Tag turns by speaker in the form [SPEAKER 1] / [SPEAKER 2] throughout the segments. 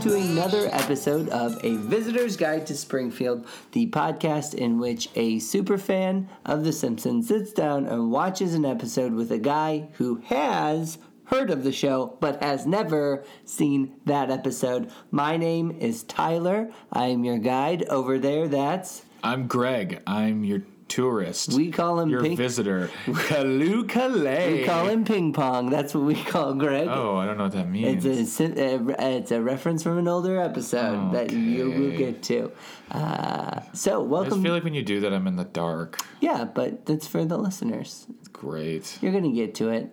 [SPEAKER 1] to another episode of A Visitor's Guide to Springfield, the podcast in which a superfan of The Simpsons sits down and watches an episode with a guy who has heard of the show but has never seen that episode. My name is Tyler. I am your guide. Over there, that's.
[SPEAKER 2] I'm Greg. I'm your tourist.
[SPEAKER 1] We call him
[SPEAKER 2] your
[SPEAKER 1] Pink-
[SPEAKER 2] visitor. Kalu Kalei.
[SPEAKER 1] We call him Ping Pong. That's what we call Greg.
[SPEAKER 2] Oh, I don't know what that means.
[SPEAKER 1] It's a, sim- uh, it's a reference from an older episode that you will
[SPEAKER 2] Oh, Okay.
[SPEAKER 1] get to. Uh, so,
[SPEAKER 2] I just
[SPEAKER 1] welcome.
[SPEAKER 2] feel like when you do that, I'm in the dark.
[SPEAKER 1] yeah, but that's for the listeners.
[SPEAKER 2] It's great.
[SPEAKER 1] You're going to get to it.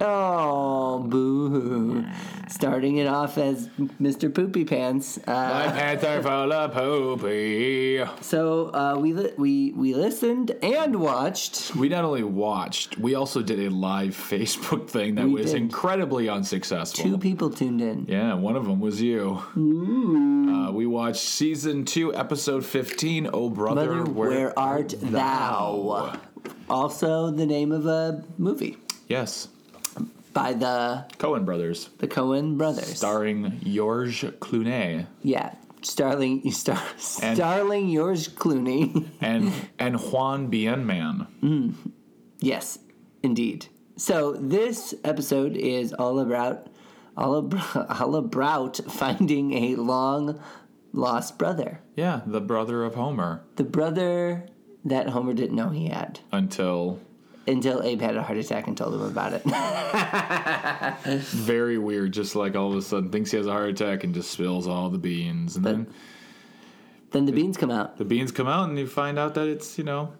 [SPEAKER 1] Oh, boo hoo. Starting it off as Mr. Poopy Pants. Uh,
[SPEAKER 2] My pants are full of poopy.
[SPEAKER 1] so, uh, we, li- we, we listened and watched.
[SPEAKER 2] We not only watched, we also did a live Facebook thing that
[SPEAKER 1] We
[SPEAKER 2] was
[SPEAKER 1] did.
[SPEAKER 2] incredibly unsuccessful.
[SPEAKER 1] Two people tuned in.
[SPEAKER 2] yeah, one of them was you.
[SPEAKER 1] Mm.
[SPEAKER 2] Uh, we watched season two, episode 15, Oh Brother,
[SPEAKER 1] Mother, where, art thou? Also, the name of a movie
[SPEAKER 2] Yes,
[SPEAKER 1] by the
[SPEAKER 2] Cohen Brothers.
[SPEAKER 1] the Cohen brothers.
[SPEAKER 2] starring George Clooney
[SPEAKER 1] Yeah, Starling, Star,
[SPEAKER 2] And-
[SPEAKER 1] Starling, yours, Clooney.
[SPEAKER 2] and and Juan Bienman.
[SPEAKER 1] yes, indeed. So this episode is all about all about, all about finding a long lost brother,
[SPEAKER 2] Yeah, the brother of Homer
[SPEAKER 1] the brother that Homer didn't know he had
[SPEAKER 2] until
[SPEAKER 1] until Abe had a heart attack and told him about it.
[SPEAKER 2] very weird. Just like all of a sudden thinks he has a heart attack and just spills all the beans, and then
[SPEAKER 1] then the beans come out.
[SPEAKER 2] the beans come out and you find out that it's you know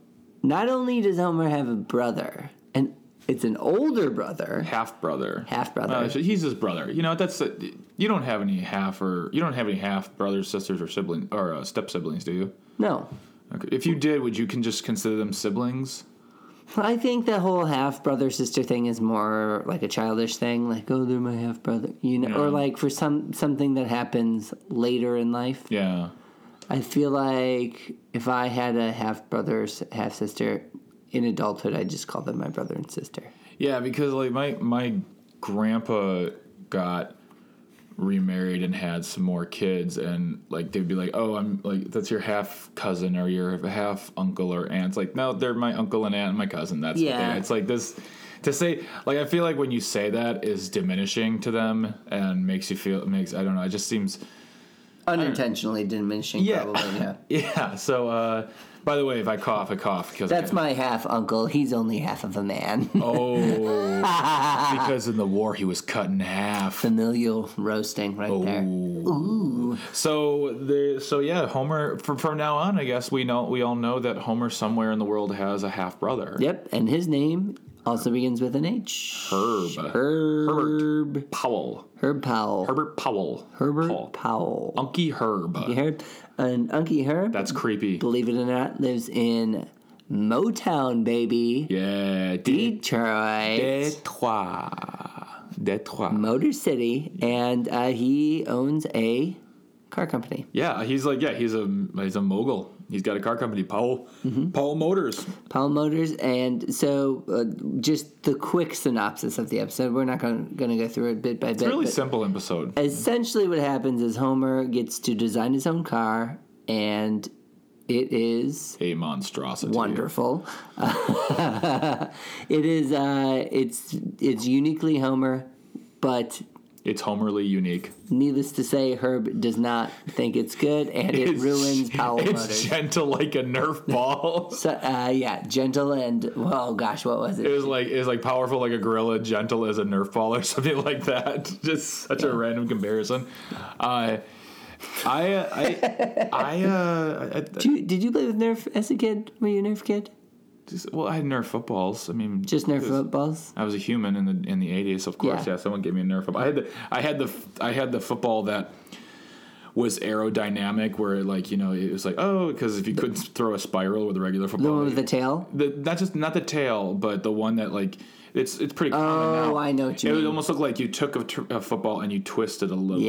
[SPEAKER 1] Not only does Homer have a brother, and it's an older brother.
[SPEAKER 2] half brother.
[SPEAKER 1] Half-brother.
[SPEAKER 2] Uh, so he's his brother. You know that's a, you don't have any half or you don't have any half brothers, sisters, or siblings or uh, step siblings, do you?
[SPEAKER 1] No,
[SPEAKER 2] Okay. If you did, would you can just consider them siblings?
[SPEAKER 1] I think the whole half brother sister thing is more like a childish thing, like oh they're my half brother, you know, or
[SPEAKER 2] Yeah.
[SPEAKER 1] like for some something that happens later in life.
[SPEAKER 2] Yeah.
[SPEAKER 1] I feel like if I had a half brother half sister in adulthood, I'd just call them my brother and sister.
[SPEAKER 2] Yeah, because like my my grandpa got remarried and had some more kids, and like they'd be like, "Oh, I'm like that's your half cousin or your half uncle or aunt." It's like, no, they're my uncle and aunt and my cousin. That's what they-
[SPEAKER 1] Yeah.
[SPEAKER 2] It's like this to say like I feel like when you say that is diminishing to them and makes you feel makes I don't know. It just seems
[SPEAKER 1] Unintentionally diminishing,
[SPEAKER 2] Yeah.
[SPEAKER 1] probably. Yeah,
[SPEAKER 2] yeah. So. uh by the way, if I cough, I cough because I
[SPEAKER 1] that's my half uncle. He's only half of a man.
[SPEAKER 2] oh because in the war he was cut in half.
[SPEAKER 1] Familial roasting right
[SPEAKER 2] Oh.
[SPEAKER 1] there.
[SPEAKER 2] So there, so yeah, Homer. From, from now on, I guess we know we all know that Homer somewhere in the world has a half brother.
[SPEAKER 1] Yep, and his name also begins with an H.
[SPEAKER 2] Herb.
[SPEAKER 1] Herb.
[SPEAKER 2] Powell.
[SPEAKER 1] Herb Powell.
[SPEAKER 2] Herbert Powell.
[SPEAKER 1] Herbert
[SPEAKER 2] Powell.
[SPEAKER 1] Powell.
[SPEAKER 2] Unky Herb.
[SPEAKER 1] Unky Herb. An Unky Herb,
[SPEAKER 2] That's creepy.
[SPEAKER 1] believe it or not, lives in Motown, baby.
[SPEAKER 2] Yeah.
[SPEAKER 1] Detroit.
[SPEAKER 2] Detroit. Detroit.
[SPEAKER 1] Motor City. And uh, he owns a car company.
[SPEAKER 2] Yeah, he's like yeah, he's a he's a mogul. He's got a car company, Powell
[SPEAKER 1] Mm-hmm.
[SPEAKER 2] Powell Motors.
[SPEAKER 1] Powell Motors. And so uh, just the quick synopsis of the episode. We're not going to go through it bit by bit.
[SPEAKER 2] Really
[SPEAKER 1] but-
[SPEAKER 2] simple episode.
[SPEAKER 1] Essentially, what happens is Homer gets to design his own car, and it is
[SPEAKER 2] A monstrosity.
[SPEAKER 1] wonderful. it is. Uh, it's it's uniquely Homer, but
[SPEAKER 2] It's Homerly unique.
[SPEAKER 1] needless to say, Herb does not think it's good, and it
[SPEAKER 2] It's-
[SPEAKER 1] ruins Powell
[SPEAKER 2] It's
[SPEAKER 1] Motors.
[SPEAKER 2] gentle like a Nerf ball.
[SPEAKER 1] So, uh, yeah, gentle and oh gosh, what was
[SPEAKER 2] It
[SPEAKER 1] it?
[SPEAKER 2] was like it was like powerful like a gorilla, gentle as a Nerf ball or something like that. Just such a random comparison. Uh, I uh, I I, uh, I, I
[SPEAKER 1] Did you, did you play with Nerf as a kid? Were you a Nerf kid?
[SPEAKER 2] just, well I had Nerf footballs. I mean,
[SPEAKER 1] Just Nerf
[SPEAKER 2] it was-
[SPEAKER 1] footballs?
[SPEAKER 2] I was a human in the in the eighties, of course.
[SPEAKER 1] Yeah.
[SPEAKER 2] Yeah. someone gave me a Nerf football. I had the I had the f- I had the football that was aerodynamic, where it like you know it was like oh because if you couldn't throw a spiral with a regular football,
[SPEAKER 1] The one with
[SPEAKER 2] you-
[SPEAKER 1] the tail?
[SPEAKER 2] the not just not the tail, but the one that like it's it's pretty common
[SPEAKER 1] Oh,
[SPEAKER 2] now.
[SPEAKER 1] I know what you
[SPEAKER 2] it would
[SPEAKER 1] mean.
[SPEAKER 2] almost look like you took a, tr- a football and you twisted a little, and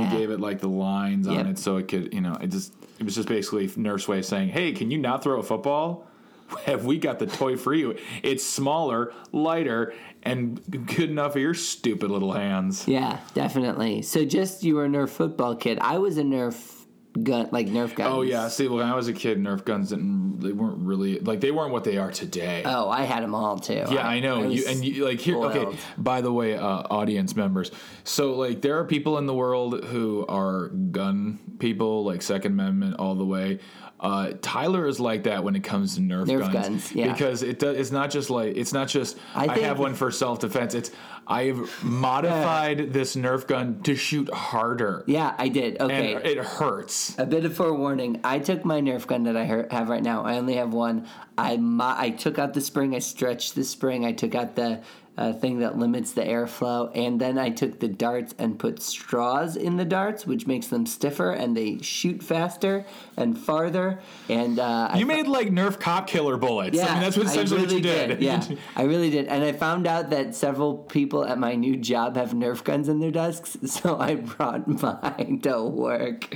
[SPEAKER 1] Yeah.
[SPEAKER 2] you gave it like the lines
[SPEAKER 1] Yep.
[SPEAKER 2] on it so it could you know it just it was just basically Nerf's way of saying hey can you not throw a football have we got the toy for you? It's smaller, lighter, and good enough for your stupid little hands.
[SPEAKER 1] Yeah, definitely. So just you were a Nerf football kid. I was a Nerf gun, like Nerf guns.
[SPEAKER 2] Oh yeah, see, when I was a kid, Nerf guns didn't they weren't really like they weren't what they are today.
[SPEAKER 1] Oh, I had them all too.
[SPEAKER 2] Yeah, I know.
[SPEAKER 1] was-
[SPEAKER 2] you and you like here.
[SPEAKER 1] spoiled.
[SPEAKER 2] Okay. By the way, uh, audience members. So like, there are people in the world who are gun people, like Second Amendment all the way. Uh, Tyler is like that when it comes to Nerf,
[SPEAKER 1] Nerf guns, yeah.
[SPEAKER 2] Because it does. It's not just like it's not just
[SPEAKER 1] I
[SPEAKER 2] I,
[SPEAKER 1] think-
[SPEAKER 2] have one for self defense. It's I've modified this Nerf gun to shoot harder,
[SPEAKER 1] yeah, I did. Okay.
[SPEAKER 2] and er, it hurts.
[SPEAKER 1] a bit of forewarning. I took my Nerf gun that I her- have right now. I only have one. I mo- I took out the spring. I stretched the spring. I took out the uh, thing that limits the airflow, and then I took the darts and put straws in the darts, which makes them stiffer and they shoot faster and farther. And uh, I
[SPEAKER 2] You made like Nerf cop killer bullets. I mean, that's what
[SPEAKER 1] I
[SPEAKER 2] essentially
[SPEAKER 1] really
[SPEAKER 2] what you did.
[SPEAKER 1] Yeah, I really did. And I found out that several people at my new job have Nerf guns in their desks, so I brought mine to work,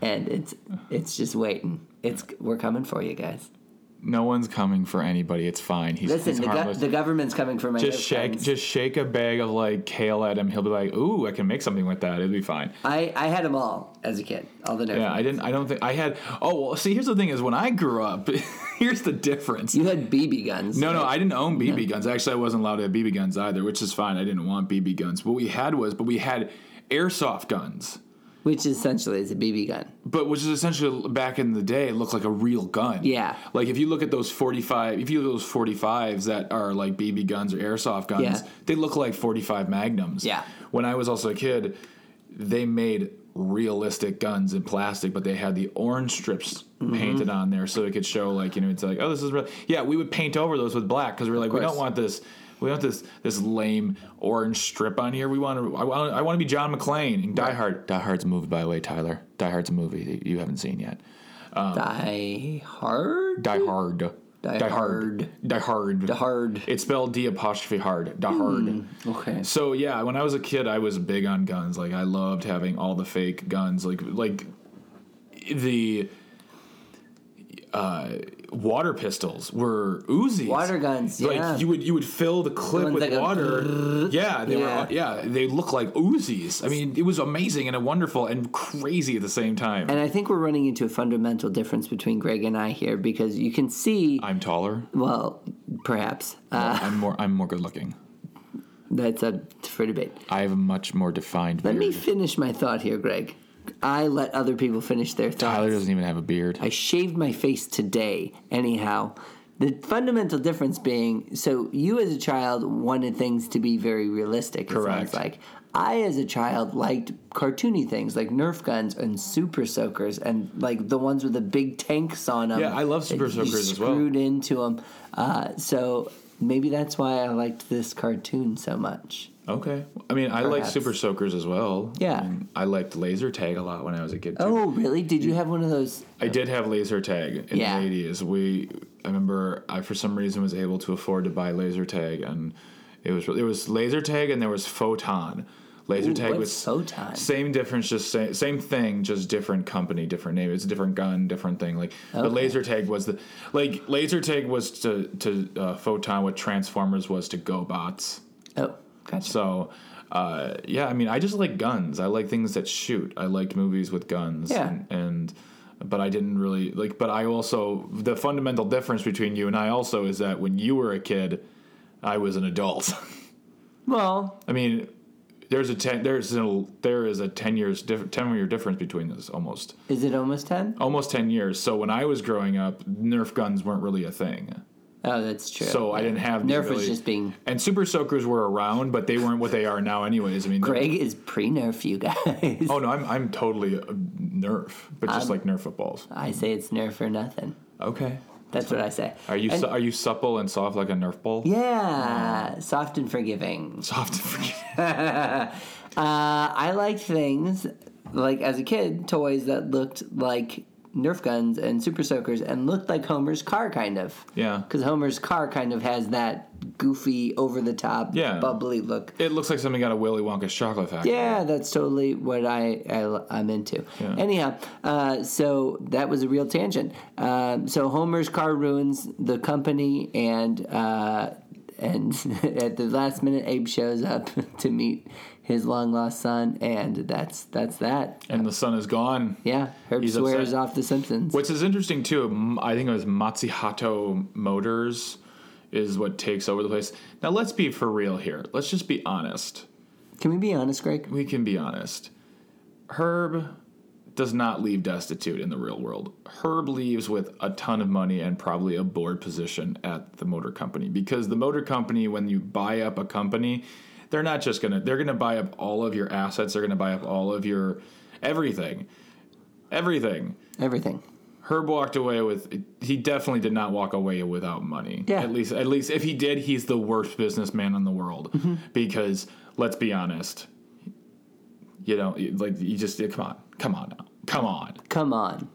[SPEAKER 1] and it's it's just waiting. It's we're coming for you guys.
[SPEAKER 2] No one's coming for anybody. It's fine. He's,
[SPEAKER 1] Listen,
[SPEAKER 2] he's
[SPEAKER 1] the, go-
[SPEAKER 2] harmless.
[SPEAKER 1] the government's coming for my
[SPEAKER 2] just
[SPEAKER 1] Nerf
[SPEAKER 2] shake,
[SPEAKER 1] guns.
[SPEAKER 2] just shake a bag of like kale at him. He'll be like, "Ooh, I can make something with that. It'll be fine."
[SPEAKER 1] I I had them all as a kid, all the Nerf.
[SPEAKER 2] Yeah, I didn't. I don't think I had. Oh well. See, here's the thing: is when I grew up, here's the difference.
[SPEAKER 1] You had BB guns.
[SPEAKER 2] No, no,
[SPEAKER 1] right?
[SPEAKER 2] I didn't own BB guns. Actually, I wasn't allowed to have BB guns either, which is fine. I didn't want BB guns. What we had was, but we had airsoft guns.
[SPEAKER 1] which essentially is a BB gun.
[SPEAKER 2] but which is essentially back in the day looked like a real gun.
[SPEAKER 1] Yeah.
[SPEAKER 2] Like if you look at those 45, if you look at those 45s that are like BB guns or airsoft guns,
[SPEAKER 1] Yeah.
[SPEAKER 2] they look like 45 magnums.
[SPEAKER 1] Yeah.
[SPEAKER 2] When I was also a kid, they made realistic guns in plastic, but they had the orange strips
[SPEAKER 1] Mm-hmm.
[SPEAKER 2] painted on there so it could show like, you know, it's like, oh, this is real. Yeah, we would paint over those with black because we're like, we
[SPEAKER 1] course.
[SPEAKER 2] don't want this. We want this this lame orange strip on here. We want to. I want. I want to be John McClane in Die Hard. Die Hard's a movie, by the way, Tyler. Die Hard's a movie that you haven't seen yet. Oh.
[SPEAKER 1] Die hard.
[SPEAKER 2] Die Hard.
[SPEAKER 1] Hmm. Die Hard.
[SPEAKER 2] Die Hard.
[SPEAKER 1] Die hard. Hmm.
[SPEAKER 2] It's spelled D apostrophe hard. Die Hard.
[SPEAKER 1] Okay.
[SPEAKER 2] So yeah, when I was a kid, I was big on guns. Like I loved having all the fake guns. Like like the uh, water pistols were Uzis.
[SPEAKER 1] Water guns,
[SPEAKER 2] Like
[SPEAKER 1] yeah.
[SPEAKER 2] you would you would fill the clip
[SPEAKER 1] ones
[SPEAKER 2] with
[SPEAKER 1] that go
[SPEAKER 2] water. Yeah, they
[SPEAKER 1] Yeah.
[SPEAKER 2] were yeah they look like Uzis. I mean, it was amazing and wonderful and crazy at the same time.
[SPEAKER 1] And I think we're running into a fundamental difference between Greg and I here because you can see,
[SPEAKER 2] I'm taller.
[SPEAKER 1] well, perhaps Uh,
[SPEAKER 2] I'm more I'm more good looking.
[SPEAKER 1] that's up for debate.
[SPEAKER 2] I have a much more defined
[SPEAKER 1] Let
[SPEAKER 2] beard.
[SPEAKER 1] me finish my thought here, Greg. I let other people finish their thoughts.
[SPEAKER 2] Tyler doesn't even have a beard.
[SPEAKER 1] I shaved my face today, anyhow. The fundamental difference being so you as a child wanted things to be very realistic, it sounds
[SPEAKER 2] Correct.
[SPEAKER 1] like. I as a child liked cartoony things like Nerf guns and Super Soakers and like the ones with the big tanks on them.
[SPEAKER 2] Yeah, I love Super Soakers as well.
[SPEAKER 1] Screwed into them. Uh, so maybe that's why I liked this cartoon so much.
[SPEAKER 2] Okay. I mean, I like
[SPEAKER 1] Perhaps.
[SPEAKER 2] Super Soakers as well.
[SPEAKER 1] Yeah.
[SPEAKER 2] I, mean, I liked laser tag a lot when I was a kid. Too.
[SPEAKER 1] Oh, really? Did you have one of those?
[SPEAKER 2] I did have laser tag in
[SPEAKER 1] Yeah.
[SPEAKER 2] the eighties. We, I remember, I for some reason was able to afford to buy laser tag, and it was there was laser tag and there was photon. Laser
[SPEAKER 1] Ooh,
[SPEAKER 2] tag
[SPEAKER 1] what's
[SPEAKER 2] was
[SPEAKER 1] Photon?
[SPEAKER 2] Same difference, just same, same thing, just different company, different name. It's a different gun, different thing. Like but laser tag was the like laser tag was to to uh, photon what Transformers was to GoBots.
[SPEAKER 1] Oh, gotcha.
[SPEAKER 2] So, uh, yeah, I mean, I just like guns. I like things that shoot. I liked movies with guns.
[SPEAKER 1] Yeah.
[SPEAKER 2] And, and but I didn't really like. But I also the fundamental difference between you and I also is that when you were a kid, I was an adult.
[SPEAKER 1] well,
[SPEAKER 2] I mean, there's a ten there's a, there is a ten years diff, ten year difference between us almost
[SPEAKER 1] is it almost 10?
[SPEAKER 2] almost ten years. So when I was growing up, Nerf guns weren't really a thing.
[SPEAKER 1] Oh, that's true.
[SPEAKER 2] So I didn't have the
[SPEAKER 1] Nerf was
[SPEAKER 2] ability-
[SPEAKER 1] just being
[SPEAKER 2] and super soakers were around, but they weren't what they are now. Anyways, I mean, they're-
[SPEAKER 1] Greg is pre nerf, you guys.
[SPEAKER 2] Oh no, I'm I'm totally uh, Nerf, but just like Nerf footballs.
[SPEAKER 1] I say it's nerf or nothing.
[SPEAKER 2] Okay.
[SPEAKER 1] That's what I say.
[SPEAKER 2] Are you
[SPEAKER 1] And-
[SPEAKER 2] su- are you supple and soft like a Nerf ball?
[SPEAKER 1] yeah, soft and forgiving.
[SPEAKER 2] Soft. and forgiving.
[SPEAKER 1] Uh, I liked things like as a kid, toys that looked like Nerf guns and Super Soakers and looked like Homer's car, kind of.
[SPEAKER 2] yeah.
[SPEAKER 1] Because Homer's car kind of has that goofy, over the top,
[SPEAKER 2] Yeah.
[SPEAKER 1] bubbly look.
[SPEAKER 2] It looks like something out of Willy Wonka's chocolate factory.
[SPEAKER 1] Yeah, that's totally what I, I am into.
[SPEAKER 2] Yeah.
[SPEAKER 1] Anyhow, uh, so that was a real tangent. Um, so Homer's car ruins the company, and uh, and at the last minute, Abe shows up to meet his long lost son, and that's that's that.
[SPEAKER 2] And the sun is gone.
[SPEAKER 1] Yeah, Herb
[SPEAKER 2] He's
[SPEAKER 1] swears
[SPEAKER 2] upset.
[SPEAKER 1] off The Simpsons.
[SPEAKER 2] Which is interesting too. m- I think it was Matsuhato Motors is what takes over the place. Now let's be for real here. Let's just be honest.
[SPEAKER 1] Can we be honest, Greg?
[SPEAKER 2] We can be honest. Herb does not leave destitute in the real world. Herb leaves with a ton of money and probably a board position at the motor company because the motor company when you buy up a company, they're not just going to they're going to buy up all of your assets, they're going to buy up all of your everything. Everything.
[SPEAKER 1] Everything.
[SPEAKER 2] Herb walked away with. He definitely did not walk away without money.
[SPEAKER 1] Yeah.
[SPEAKER 2] At least, at least if he did, he's the worst businessman in the world. Because let's be honest, you know, like you just come on, come on now, come on,
[SPEAKER 1] Come on.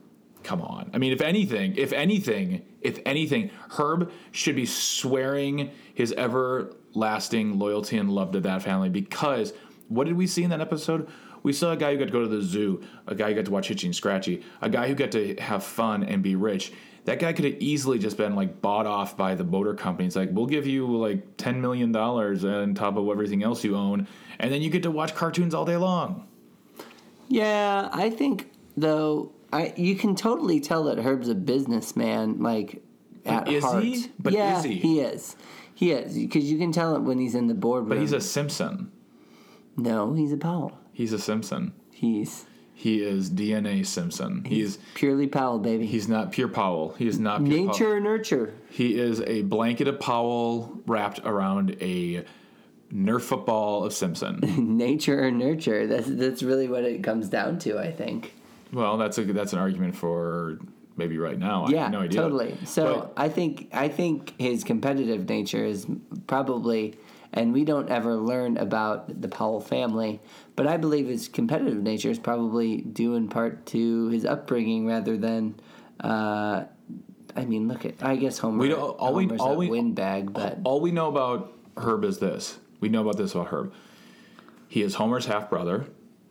[SPEAKER 2] come on. I mean, if anything, if anything, if anything, Herb should be swearing his everlasting loyalty and love to that family. Because what did we see in that episode? We saw a guy who got to go to the zoo, a guy who got to watch Hitchy and Scratchy, a guy who got to have fun and be rich. That guy could have easily just been like bought off by the motor company. It's like, we'll give you like $10 million on top of everything else you own, and then you get to watch cartoons all day long.
[SPEAKER 1] Yeah, I think though I you can totally tell that Herb's a businessman, like at
[SPEAKER 2] is
[SPEAKER 1] heart.
[SPEAKER 2] he? But
[SPEAKER 1] yeah,
[SPEAKER 2] is he?
[SPEAKER 1] is. He is because you can tell it when he's in the boardroom.
[SPEAKER 2] But he's a Simpson.
[SPEAKER 1] no, he's a Powell.
[SPEAKER 2] He's a Simpson.
[SPEAKER 1] He's
[SPEAKER 2] He is DNA Simpson. He's
[SPEAKER 1] purely Powell, baby.
[SPEAKER 2] he's not pure Powell. He is not pure
[SPEAKER 1] Nature
[SPEAKER 2] Powell.
[SPEAKER 1] or nurture.
[SPEAKER 2] He is a blanket of Powell wrapped around a Nerf football of Simpson.
[SPEAKER 1] Nature or nurture. That's that's really what it comes down to, I think.
[SPEAKER 2] well, that's a that's an argument for maybe right now. I
[SPEAKER 1] Yeah,
[SPEAKER 2] have no idea.
[SPEAKER 1] totally. So I think I think his competitive nature is probably, and we don't ever learn about the Powell family, but I believe his competitive nature is probably due in part to his upbringing rather than. Uh, I mean, look at. I guess Homer.
[SPEAKER 2] We don't- all we-
[SPEAKER 1] Homer's
[SPEAKER 2] all
[SPEAKER 1] a
[SPEAKER 2] we-
[SPEAKER 1] windbag, but
[SPEAKER 2] all we know about Herb is this. We know about this about Herb. He is Homer's half brother.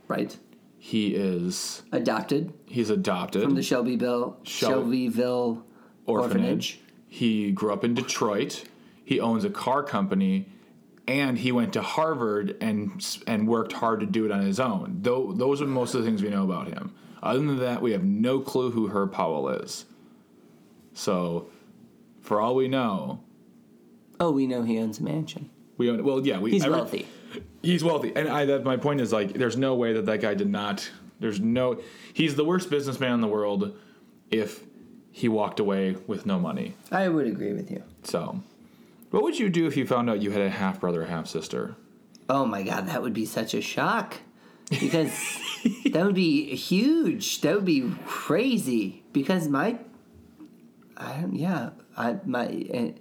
[SPEAKER 1] right,
[SPEAKER 2] He is
[SPEAKER 1] adopted
[SPEAKER 2] he's adopted
[SPEAKER 1] from the Shelbyville
[SPEAKER 2] Shel-
[SPEAKER 1] Shelbyville
[SPEAKER 2] orphanage. He grew up in Detroit. He owns a car company, and he went to Harvard and and worked hard to do it on his own. Though those are most of the things we know about him. Other than that, we have no clue who Herb Powell is. So, for all we know,
[SPEAKER 1] Oh, we know he owns a mansion.
[SPEAKER 2] we own, well, yeah, we
[SPEAKER 1] He's
[SPEAKER 2] every-
[SPEAKER 1] wealthy.
[SPEAKER 2] He's wealthy, and I that my point is like there's no way that that guy did not. There's no. He's the worst businessman in the world. If he walked away with no money.
[SPEAKER 1] I would agree with you.
[SPEAKER 2] So, what would you do if you found out you had a half brother, half sister?
[SPEAKER 1] Oh my god, that would be such a shock. Because that would be huge. That would be crazy. Because my I don't yeah, I my eh,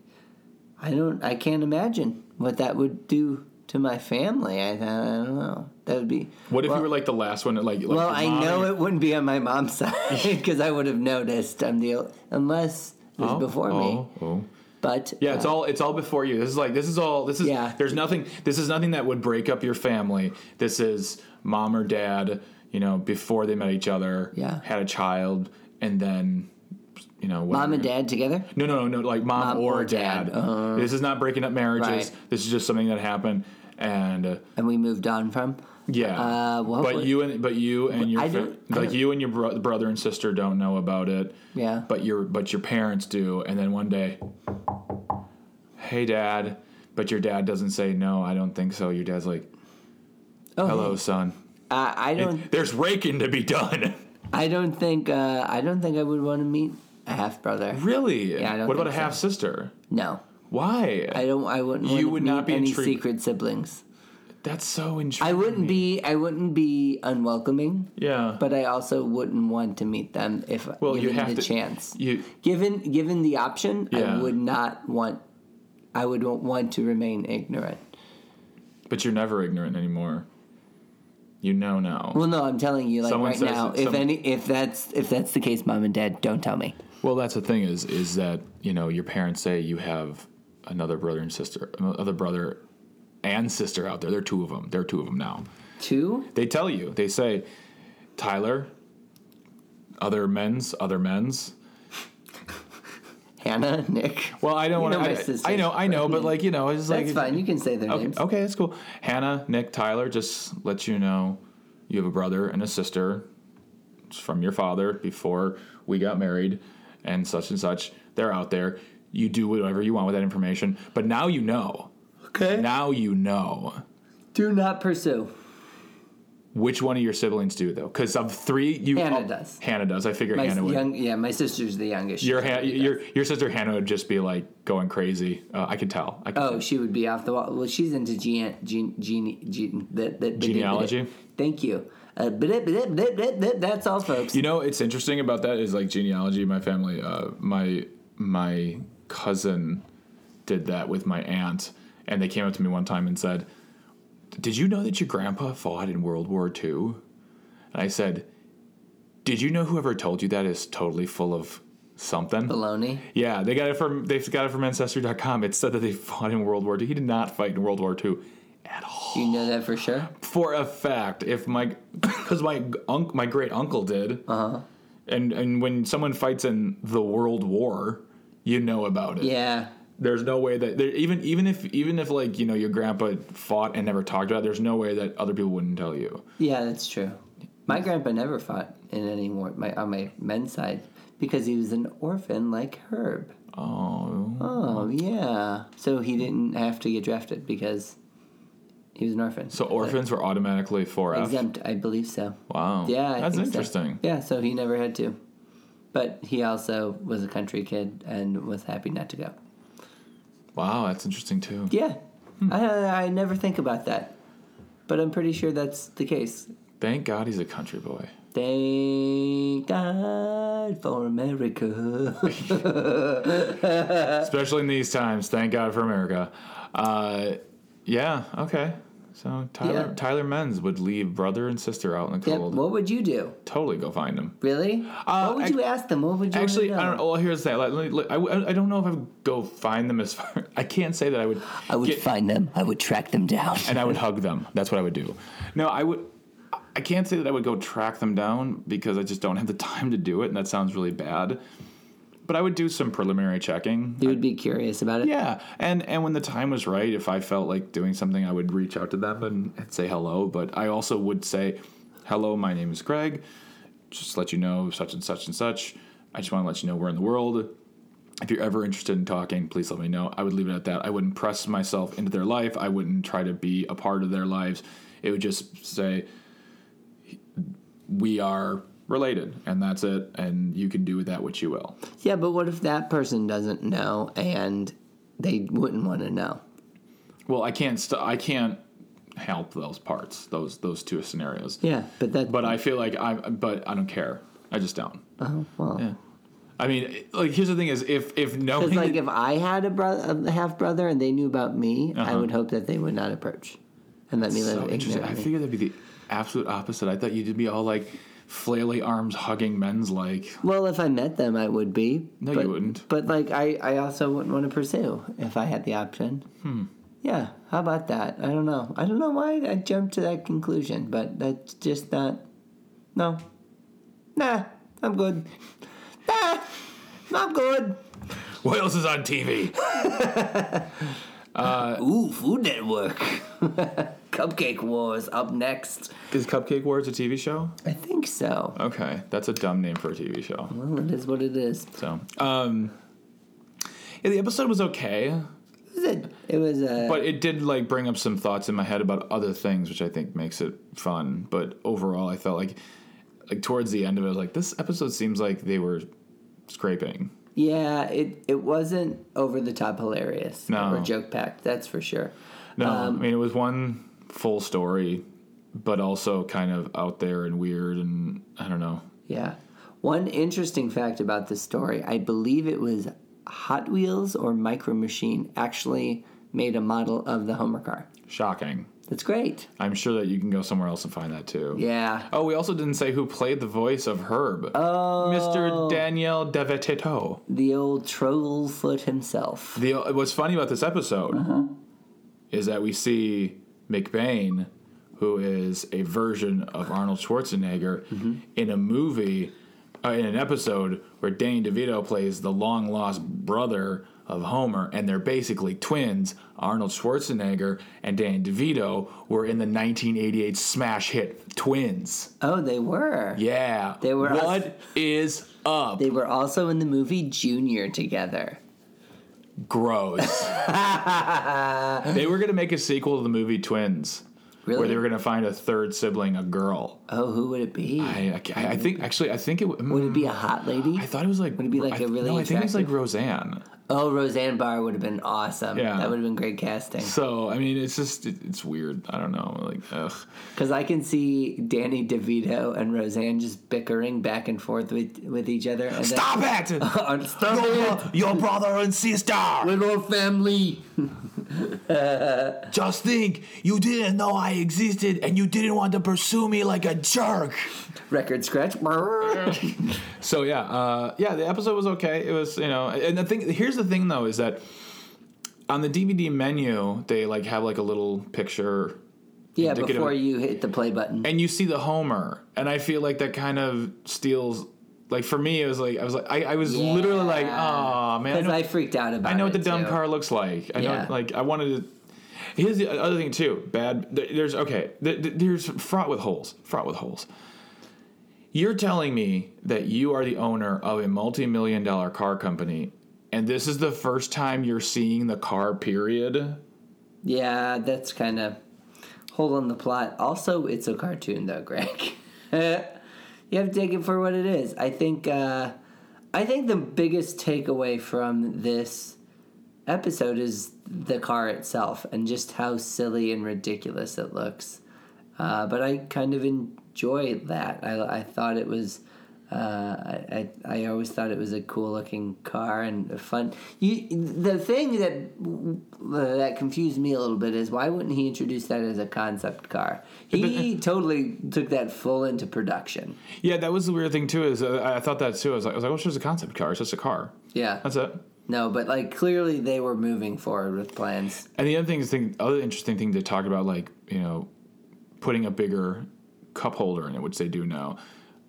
[SPEAKER 1] I don't I can't imagine what that would do to my family. I I don't know. That would be
[SPEAKER 2] What if
[SPEAKER 1] well,
[SPEAKER 2] you were like the last one? Like, like
[SPEAKER 1] Well,
[SPEAKER 2] your
[SPEAKER 1] I
[SPEAKER 2] mom
[SPEAKER 1] know
[SPEAKER 2] and-
[SPEAKER 1] it wouldn't be on my mom's side because I would have noticed. I'm the o- unless it was
[SPEAKER 2] Oh,
[SPEAKER 1] before me.
[SPEAKER 2] oh, oh.
[SPEAKER 1] But
[SPEAKER 2] Yeah, it's
[SPEAKER 1] uh,
[SPEAKER 2] all it's all before you. This is like this is all this is.
[SPEAKER 1] Yeah.
[SPEAKER 2] There's nothing. This is nothing that would break up your family. This is mom or dad. You know, before they met each other.
[SPEAKER 1] Yeah.
[SPEAKER 2] Had a child, and then, you know,
[SPEAKER 1] mom and
[SPEAKER 2] whatever.
[SPEAKER 1] dad together.
[SPEAKER 2] No, no, no, like mom,
[SPEAKER 1] Mom
[SPEAKER 2] or,
[SPEAKER 1] or
[SPEAKER 2] dad.
[SPEAKER 1] dad, uh.
[SPEAKER 2] this is not breaking up marriages.
[SPEAKER 1] Right.
[SPEAKER 2] This is just something that happened, and. Uh,
[SPEAKER 1] And we moved on from.
[SPEAKER 2] Yeah,
[SPEAKER 1] Uh, what
[SPEAKER 2] but
[SPEAKER 1] would-
[SPEAKER 2] you and but you and your
[SPEAKER 1] I
[SPEAKER 2] fa-
[SPEAKER 1] don't- I
[SPEAKER 2] like
[SPEAKER 1] don't-
[SPEAKER 2] you and your bro- brother and sister don't know about it.
[SPEAKER 1] Yeah.
[SPEAKER 2] but your but your parents do, and then one day, hey dad, but your dad doesn't say no. I don't think so. Your dad's like,
[SPEAKER 1] Oh,
[SPEAKER 2] hello son.
[SPEAKER 1] Uh, I don't.
[SPEAKER 2] There's raking to be done.
[SPEAKER 1] I don't think. Uh, I don't think I would want to meet a half brother.
[SPEAKER 2] really?
[SPEAKER 1] Yeah, I don't
[SPEAKER 2] what about a
[SPEAKER 1] think so.
[SPEAKER 2] half sister?
[SPEAKER 1] No,
[SPEAKER 2] Why?
[SPEAKER 1] I don't. I wouldn't. want
[SPEAKER 2] You
[SPEAKER 1] to
[SPEAKER 2] would
[SPEAKER 1] meet
[SPEAKER 2] not be
[SPEAKER 1] any
[SPEAKER 2] intrigued-
[SPEAKER 1] secret siblings.
[SPEAKER 2] That's so intriguing.
[SPEAKER 1] I wouldn't be. I wouldn't be unwelcoming.
[SPEAKER 2] Yeah,
[SPEAKER 1] But I also wouldn't want to meet them if
[SPEAKER 2] well,
[SPEAKER 1] given
[SPEAKER 2] you have
[SPEAKER 1] the
[SPEAKER 2] to
[SPEAKER 1] chance.
[SPEAKER 2] You
[SPEAKER 1] given given the option, I
[SPEAKER 2] Yeah.
[SPEAKER 1] would not want. I would not want to remain ignorant.
[SPEAKER 2] but you're never ignorant anymore. You know now.
[SPEAKER 1] Well, no, I'm telling you, like
[SPEAKER 2] Someone
[SPEAKER 1] right
[SPEAKER 2] says
[SPEAKER 1] now,
[SPEAKER 2] that
[SPEAKER 1] if
[SPEAKER 2] someone-
[SPEAKER 1] any, if that's if that's the case, mom and dad, don't tell me.
[SPEAKER 2] Well, that's the thing is is that you know your parents say you have another brother and sister, another brother and sister out there. There are two of them. There are two of them now.
[SPEAKER 1] Two?
[SPEAKER 2] They tell you. They say, Tyler, other men's, other men's.
[SPEAKER 1] Hannah, Nick.
[SPEAKER 2] Well, I don't
[SPEAKER 1] You
[SPEAKER 2] want
[SPEAKER 1] know my
[SPEAKER 2] to.
[SPEAKER 1] sisters,
[SPEAKER 2] I, know, I know, but like you know, it's just
[SPEAKER 1] That's
[SPEAKER 2] like
[SPEAKER 1] fine. You can say their names.
[SPEAKER 2] Okay, okay, that's cool. Hannah, Nick, Tyler, just let you know you have a brother and a sister It's from your father before we got married and such and such. They're out there. You do whatever you want with that information, but now you know.
[SPEAKER 1] Okay.
[SPEAKER 2] Now you know.
[SPEAKER 1] Do not pursue.
[SPEAKER 2] Which one of your siblings do though? Because of three, you oh,
[SPEAKER 1] Hannah does.
[SPEAKER 2] Hannah does. I figure
[SPEAKER 1] My
[SPEAKER 2] Hannah would.
[SPEAKER 1] young, yeah, my sister's the youngest.
[SPEAKER 2] your ha- your your sister Hannah would just be like going crazy. Uh, I could tell. I could
[SPEAKER 1] Oh, she would be off the wall. Well, she's into gene, gene, gene, gene the, the, the-
[SPEAKER 2] Genealogy?
[SPEAKER 1] Thank you. Uh, blip, blip, blip, blip, blip. that's all, folks.
[SPEAKER 2] You know, it's interesting about that is like genealogy. My family, uh, my my cousin did that with my aunt, and they came up to me one time and said, "Did you know that your grandpa fought in World War II?" And I said, "Did you know whoever told you that is totally full of something?"
[SPEAKER 1] Baloney.
[SPEAKER 2] Yeah, they got it from they got it from ancestry.com. It said that they fought in World War II. He did not fight in World War II at all
[SPEAKER 1] Do you know that for sure?
[SPEAKER 2] for a fact if my because my unc my great uncle did
[SPEAKER 1] Uh-huh.
[SPEAKER 2] and and when someone fights in the world war you know about it
[SPEAKER 1] Yeah.
[SPEAKER 2] there's no way that there, even even if even if like you know your grandpa fought and never talked about it there's no way that other people wouldn't tell you
[SPEAKER 1] Yeah, that's true. My grandpa never fought in any war my, on my men's side because he was an orphan like Herb.
[SPEAKER 2] oh
[SPEAKER 1] Oh, yeah. So he didn't have to get drafted because he was an orphan.
[SPEAKER 2] so orphans were automatically 4f
[SPEAKER 1] exempt, I believe so.
[SPEAKER 2] wow
[SPEAKER 1] Yeah, I
[SPEAKER 2] Oh, that's
[SPEAKER 1] think so.
[SPEAKER 2] interesting
[SPEAKER 1] Yeah, so he never had to, but he also was a country kid and was happy not to go.
[SPEAKER 2] wow that's interesting too
[SPEAKER 1] Yeah,
[SPEAKER 2] Hmm.
[SPEAKER 1] I, I never think about that, but I'm pretty sure that's the case.
[SPEAKER 2] thank god he's a country boy
[SPEAKER 1] Thank God for America.
[SPEAKER 2] especially in these times. Thank God for America. Uh, yeah. Okay. So Tyler
[SPEAKER 1] Yeah.
[SPEAKER 2] Tyler Menz would leave brother and sister out in the
[SPEAKER 1] yeah,
[SPEAKER 2] cold.
[SPEAKER 1] what would you do?
[SPEAKER 2] totally go find them.
[SPEAKER 1] Really?
[SPEAKER 2] Uh,
[SPEAKER 1] what would
[SPEAKER 2] ac-
[SPEAKER 1] you ask them? What would you
[SPEAKER 2] Actually,
[SPEAKER 1] wanna
[SPEAKER 2] I don't. Well, here's that. Let me, let- I, I don't know if I would go find them as far. I can't say that I would.
[SPEAKER 1] I would
[SPEAKER 2] get-
[SPEAKER 1] find them. I would track them down.
[SPEAKER 2] and I would hug them. That's what I would do. No, I would. I can't say that I would go track them down because I just don't have the time to do it, and that sounds really bad. But I would do some preliminary checking.
[SPEAKER 1] You would be curious about it.
[SPEAKER 2] Yeah, and and when the time was right, if I felt like doing something, I would reach out to them and, and say hello. But I also would say, "Hello, my name is Greg. Just to let you know such and such and such. I just want to let you know we're in the world. If you're ever interested in talking, please let me know. I would leave it at that. I wouldn't press myself into their life. I wouldn't try to be a part of their lives. It would just say." We are related, and that's it. And you can do with that what you will.
[SPEAKER 1] Yeah, but what if that person doesn't know and they wouldn't want to know?
[SPEAKER 2] Well, I can't. St- I can't help those parts. Those those two scenarios.
[SPEAKER 1] Yeah, but that.
[SPEAKER 2] But I feel like I. But I don't care. I just don't.
[SPEAKER 1] oh, well.
[SPEAKER 2] Yeah. I mean, like here's the thing: is if if knowing
[SPEAKER 1] Because like if I had a, brother, a half brother and they knew about me, I would hope that they would not approach and let me
[SPEAKER 2] so
[SPEAKER 1] live
[SPEAKER 2] interesting, I
[SPEAKER 1] ignorantly.
[SPEAKER 2] figured that'd be the absolute opposite. I thought you'd be all like flaily arms hugging men's like.
[SPEAKER 1] well, if I met them, I would be.
[SPEAKER 2] No,
[SPEAKER 1] but,
[SPEAKER 2] you wouldn't.
[SPEAKER 1] But like I, I also wouldn't want to pursue if I had the option. Hmm. Yeah. How about that? I don't know. I don't know why I jumped to that conclusion, but that's just not. No. Nah, I'm good. Nah, I'm good.
[SPEAKER 2] What else is on TV?
[SPEAKER 1] Uh, Ooh, Food Network. Cupcake Wars up next.
[SPEAKER 2] is Cupcake Wars a TV show?
[SPEAKER 1] I think so.
[SPEAKER 2] Okay, that's a dumb name for a TV show.
[SPEAKER 1] Well, it is what it is.
[SPEAKER 2] So, um, yeah, the episode was okay.
[SPEAKER 1] It was a, it was uh, a
[SPEAKER 2] but it did like bring up some thoughts in my head about other things which i think makes it fun but overall i felt like like towards the end of it i was like this episode seems like they were scraping
[SPEAKER 1] yeah. It it wasn't over the top hilarious
[SPEAKER 2] No.
[SPEAKER 1] or joke packed. That's for sure.
[SPEAKER 2] no
[SPEAKER 1] Um,
[SPEAKER 2] i mean it was one full story but also kind of out there and weird and i don't know
[SPEAKER 1] Yeah. One interesting fact about this story, I believe it was Hot Wheels or Micro Machine actually made a model of the Homer car.
[SPEAKER 2] shocking
[SPEAKER 1] That's great.
[SPEAKER 2] I'm sure that you can go somewhere else and find that too.
[SPEAKER 1] Yeah.
[SPEAKER 2] Oh, we also didn't say who played the voice of Herb.
[SPEAKER 1] Oh,
[SPEAKER 2] Mr. Daniel Devetito.
[SPEAKER 1] the old Trollfoot himself.
[SPEAKER 2] The what's funny about this episode
[SPEAKER 1] Uh-huh.
[SPEAKER 2] is that we see McBain, who is a version of Arnold Schwarzenegger,
[SPEAKER 1] Mm-hmm.
[SPEAKER 2] in a movie, uh, in an episode where Danny DeVito plays the long lost brother of Homer, and they're basically twins. Arnold Schwarzenegger and Danny DeVito were in the 1988 smash hit Twins.
[SPEAKER 1] Oh, they were.
[SPEAKER 2] Yeah,
[SPEAKER 1] They were us-
[SPEAKER 2] What is up?
[SPEAKER 1] They were also in the movie Junior together.
[SPEAKER 2] Gross. they were going to make a sequel to the movie Twins, where
[SPEAKER 1] Really?
[SPEAKER 2] they were going to find a third sibling, a girl.
[SPEAKER 1] Oh, who would it be?
[SPEAKER 2] I, I, ca- I think actually, I think it. w-
[SPEAKER 1] would it be a hot lady?
[SPEAKER 2] I thought it was like. Would
[SPEAKER 1] it be like
[SPEAKER 2] I,
[SPEAKER 1] a really
[SPEAKER 2] No, I think it was like
[SPEAKER 1] attractive-
[SPEAKER 2] Roseanne.
[SPEAKER 1] Oh, Roseanne Barr would have been awesome.
[SPEAKER 2] Yeah.
[SPEAKER 1] That would have been great casting.
[SPEAKER 2] So I mean, it's just it, it's weird. I don't know. Like, ugh.
[SPEAKER 1] Because I can see Danny DeVito and Roseanne just bickering back and forth with, with each other. And
[SPEAKER 2] Stop it!
[SPEAKER 1] Then, on stop
[SPEAKER 2] Your brother and sister.
[SPEAKER 1] little family.
[SPEAKER 2] Just think, you didn't know I existed, and you didn't want to pursue me like a jerk.
[SPEAKER 1] Record scratch.
[SPEAKER 2] So yeah, uh, yeah, the episode was okay. It was you know, and the thing here's the thing though is that on the DVD menu they like have like a little picture,
[SPEAKER 1] yeah,
[SPEAKER 2] Indicative-
[SPEAKER 1] before you hit the play button.
[SPEAKER 2] and you see the Homer, and I feel like that kind of steals. Like for me, it was like I was like I, I was literally like, oh man, I
[SPEAKER 1] Because
[SPEAKER 2] know,
[SPEAKER 1] I freaked out about
[SPEAKER 2] I know what the
[SPEAKER 1] it,
[SPEAKER 2] dumb
[SPEAKER 1] too.
[SPEAKER 2] car looks like. I
[SPEAKER 1] Yeah.
[SPEAKER 2] know like I wanted to. Here's the other thing too. Bad. th- There's okay. th- th- There's fraught with holes. Fraught with holes. You're telling me that you are the owner of a multi-million dollar car company, and this is the first time you're seeing the car. Period.
[SPEAKER 1] Yeah, that's kind of hole in the plot. Also, it's a cartoon though, Greg. you have to take it for what it is. I think. Uh, I think the biggest takeaway from this episode is the car itself and just how silly and ridiculous it looks. Uh, but I kind of enjoy that. I, I thought it was. Uh, I, I I always thought it was a cool looking car and a fun. You the thing that that confused me a little bit is why wouldn't he introduce that as a concept car? He totally took that full into production.
[SPEAKER 2] Yeah, that was the weird thing too. Is uh, I thought that too. I was like, I was like, well, it's just a concept car. It's just a car.
[SPEAKER 1] Yeah.
[SPEAKER 2] That's it.
[SPEAKER 1] No, but like clearly they were moving forward with plans.
[SPEAKER 2] And the other thing is, thing, other interesting thing to talk about, like you know, putting a bigger cup holder in it, which they do now,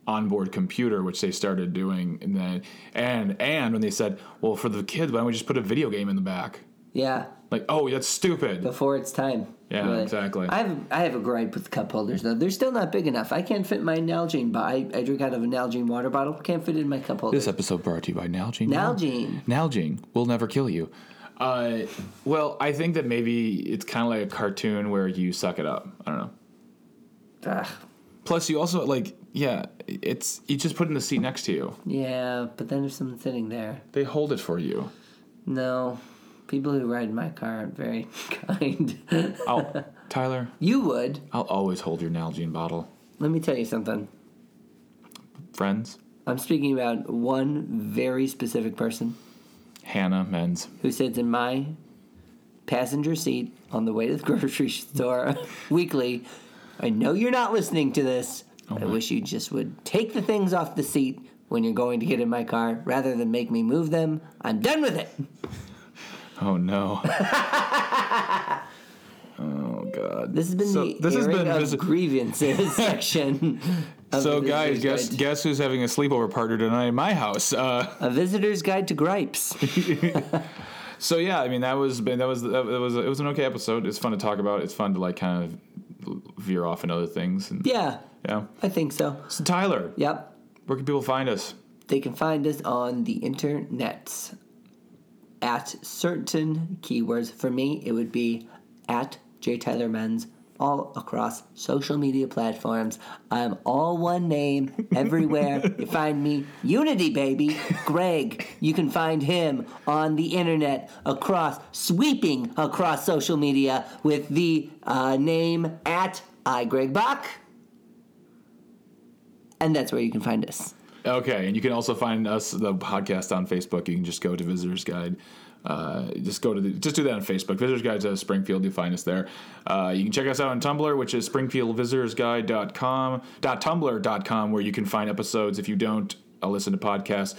[SPEAKER 2] onboard computer, which they started doing, and then and and when they said, well, for the kids, why don't we just put a video game in the back?
[SPEAKER 1] Yeah.
[SPEAKER 2] Like, oh, that's stupid.
[SPEAKER 1] Before it's time.
[SPEAKER 2] Yeah, exactly.
[SPEAKER 1] I have I have a gripe with cup holders though. They're still not big enough. I can't fit my Nalgene, but I, I drink out of a Nalgene water bottle. Can't fit in my cup holder.
[SPEAKER 2] This episode brought to you by Nalgene.
[SPEAKER 1] Nalgene.
[SPEAKER 2] Nalgene will never kill you. Uh, well, I think that maybe it's kind of like a cartoon where you suck it up. I don't know.
[SPEAKER 1] Ugh.
[SPEAKER 2] Plus, you also like, yeah, it's you just put it in the seat next to you.
[SPEAKER 1] Yeah, but then if someone's sitting there,
[SPEAKER 2] They hold it for you.
[SPEAKER 1] no. People who ride my car aren't very kind.
[SPEAKER 2] I'll, Tyler,
[SPEAKER 1] you would.
[SPEAKER 2] I'll always hold your Nalgene bottle.
[SPEAKER 1] Let me tell you something.
[SPEAKER 2] Friends,
[SPEAKER 1] I'm speaking about one very specific person.
[SPEAKER 2] Hannah, men's.
[SPEAKER 1] who sits in my passenger seat on the way to the grocery store weekly. I know you're not listening to this.
[SPEAKER 2] Oh,
[SPEAKER 1] I wish you just would take the things off the seat when you're going to get in my car rather than make me move them. I'm done with it.
[SPEAKER 2] Oh no. oh god.
[SPEAKER 1] This has been
[SPEAKER 2] So,
[SPEAKER 1] the
[SPEAKER 2] this has
[SPEAKER 1] airing
[SPEAKER 2] been
[SPEAKER 1] of
[SPEAKER 2] visi-
[SPEAKER 1] grievances section. Of
[SPEAKER 2] So
[SPEAKER 1] the
[SPEAKER 2] guys,
[SPEAKER 1] Visitor's
[SPEAKER 2] guess
[SPEAKER 1] Guide-
[SPEAKER 2] guess who's having a sleepover party tonight at my house? Uh,
[SPEAKER 1] a visitor's guide to gripes.
[SPEAKER 2] so yeah, I mean that was that was that was it was an okay episode. It's fun to talk about. It's fun to like kind of veer off in other things. And,
[SPEAKER 1] yeah,
[SPEAKER 2] yeah.
[SPEAKER 1] I think so.
[SPEAKER 2] So Tyler,
[SPEAKER 1] Yep.
[SPEAKER 2] where can people find us?
[SPEAKER 1] They can find us on the internet at certain keywords. For me, it would be at J Tyler Men's all across social media platforms. I'm all one name everywhere. you find me, Unity baby, Greg. You can find him on the internet across sweeping across social media with the uh, name at I Greg Bach. And that's where you can find us.
[SPEAKER 2] Okay, and you can also find us the podcast on Facebook. You can just go to Visitors Guide Uh, just go to the, just do that on Facebook. Visitors Guide to Springfield. You'll find us there. Uh, you can check us out on Tumblr, which is springfieldvisitorsguide.com, dot tumblr dot com, where you can find episodes. If you don't uh, listen to podcasts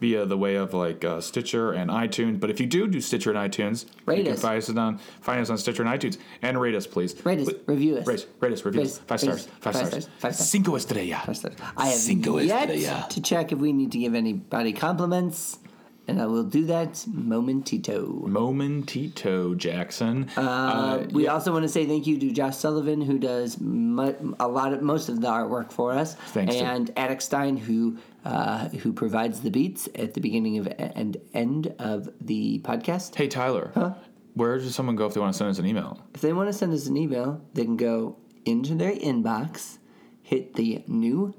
[SPEAKER 2] via the way of like uh, Stitcher and iTunes, but if you do do Stitcher and iTunes,
[SPEAKER 1] Rate
[SPEAKER 2] you can
[SPEAKER 1] us.
[SPEAKER 2] find us on find us on Stitcher and iTunes and rate us, please.
[SPEAKER 1] Rate us,
[SPEAKER 2] But-
[SPEAKER 1] review us.
[SPEAKER 2] Rate, rate us, review
[SPEAKER 1] Rate
[SPEAKER 2] us.
[SPEAKER 1] us,
[SPEAKER 2] Five
[SPEAKER 1] rate
[SPEAKER 2] stars.
[SPEAKER 1] us.
[SPEAKER 2] Five
[SPEAKER 1] Five
[SPEAKER 2] stars.
[SPEAKER 1] stars. Five stars.
[SPEAKER 2] Cinco estrella.
[SPEAKER 1] I have
[SPEAKER 2] Cinco
[SPEAKER 1] yet
[SPEAKER 2] estrella.
[SPEAKER 1] to check if we need to give anybody compliments, and I will do that momentito.
[SPEAKER 2] Momentito Jackson.
[SPEAKER 1] Uh, we also want to say thank you to Josh Sullivan, who does mu- a lot of most of the artwork for us,
[SPEAKER 2] Thanks to-
[SPEAKER 1] and Attic Stein, who uh, who provides the beats at the beginning of and end of the podcast.
[SPEAKER 2] Hey Tyler, where does someone go if they want to send us an email?
[SPEAKER 1] If they want to send us an email, they can go into their inbox, hit the new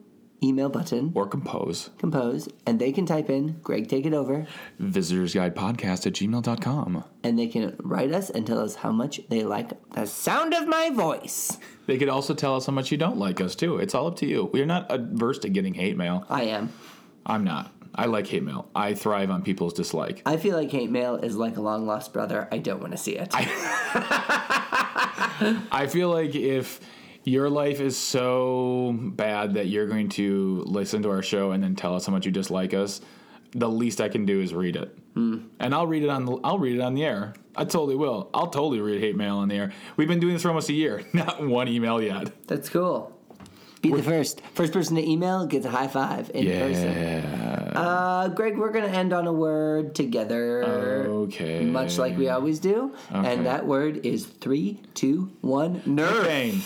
[SPEAKER 1] email button,
[SPEAKER 2] Or compose.
[SPEAKER 1] compose, and they can type in Greg Take It Over,
[SPEAKER 2] Visitors Guide Podcast at gmail.com.
[SPEAKER 1] and they can write us and tell us how much they like the sound of my voice.
[SPEAKER 2] They could also tell us how much you don't like us too. It's all up to you. We are not adverse to getting hate mail.
[SPEAKER 1] I am.
[SPEAKER 2] I'm not. I like hate mail. I thrive on people's dislike.
[SPEAKER 1] I feel like hate mail is like a long lost brother. I don't want to see it.
[SPEAKER 2] I feel like if your life is so bad that you're going to listen to our show and then tell us how much you dislike us, the least I can do is read it.
[SPEAKER 1] Hmm.
[SPEAKER 2] And I'll read it on the I'll read it on the air. I totally will. I'll totally read hate mail on the air. We've been doing this for almost a year. Not one email yet.
[SPEAKER 1] That's cool. Be the first. First person to email gets a high five in person. Uh, Greg, we're going to end on a word together.
[SPEAKER 2] Okay.
[SPEAKER 1] much like we always do.
[SPEAKER 2] Okay.
[SPEAKER 1] And that word is three, two, one, nerve.
[SPEAKER 2] Pain.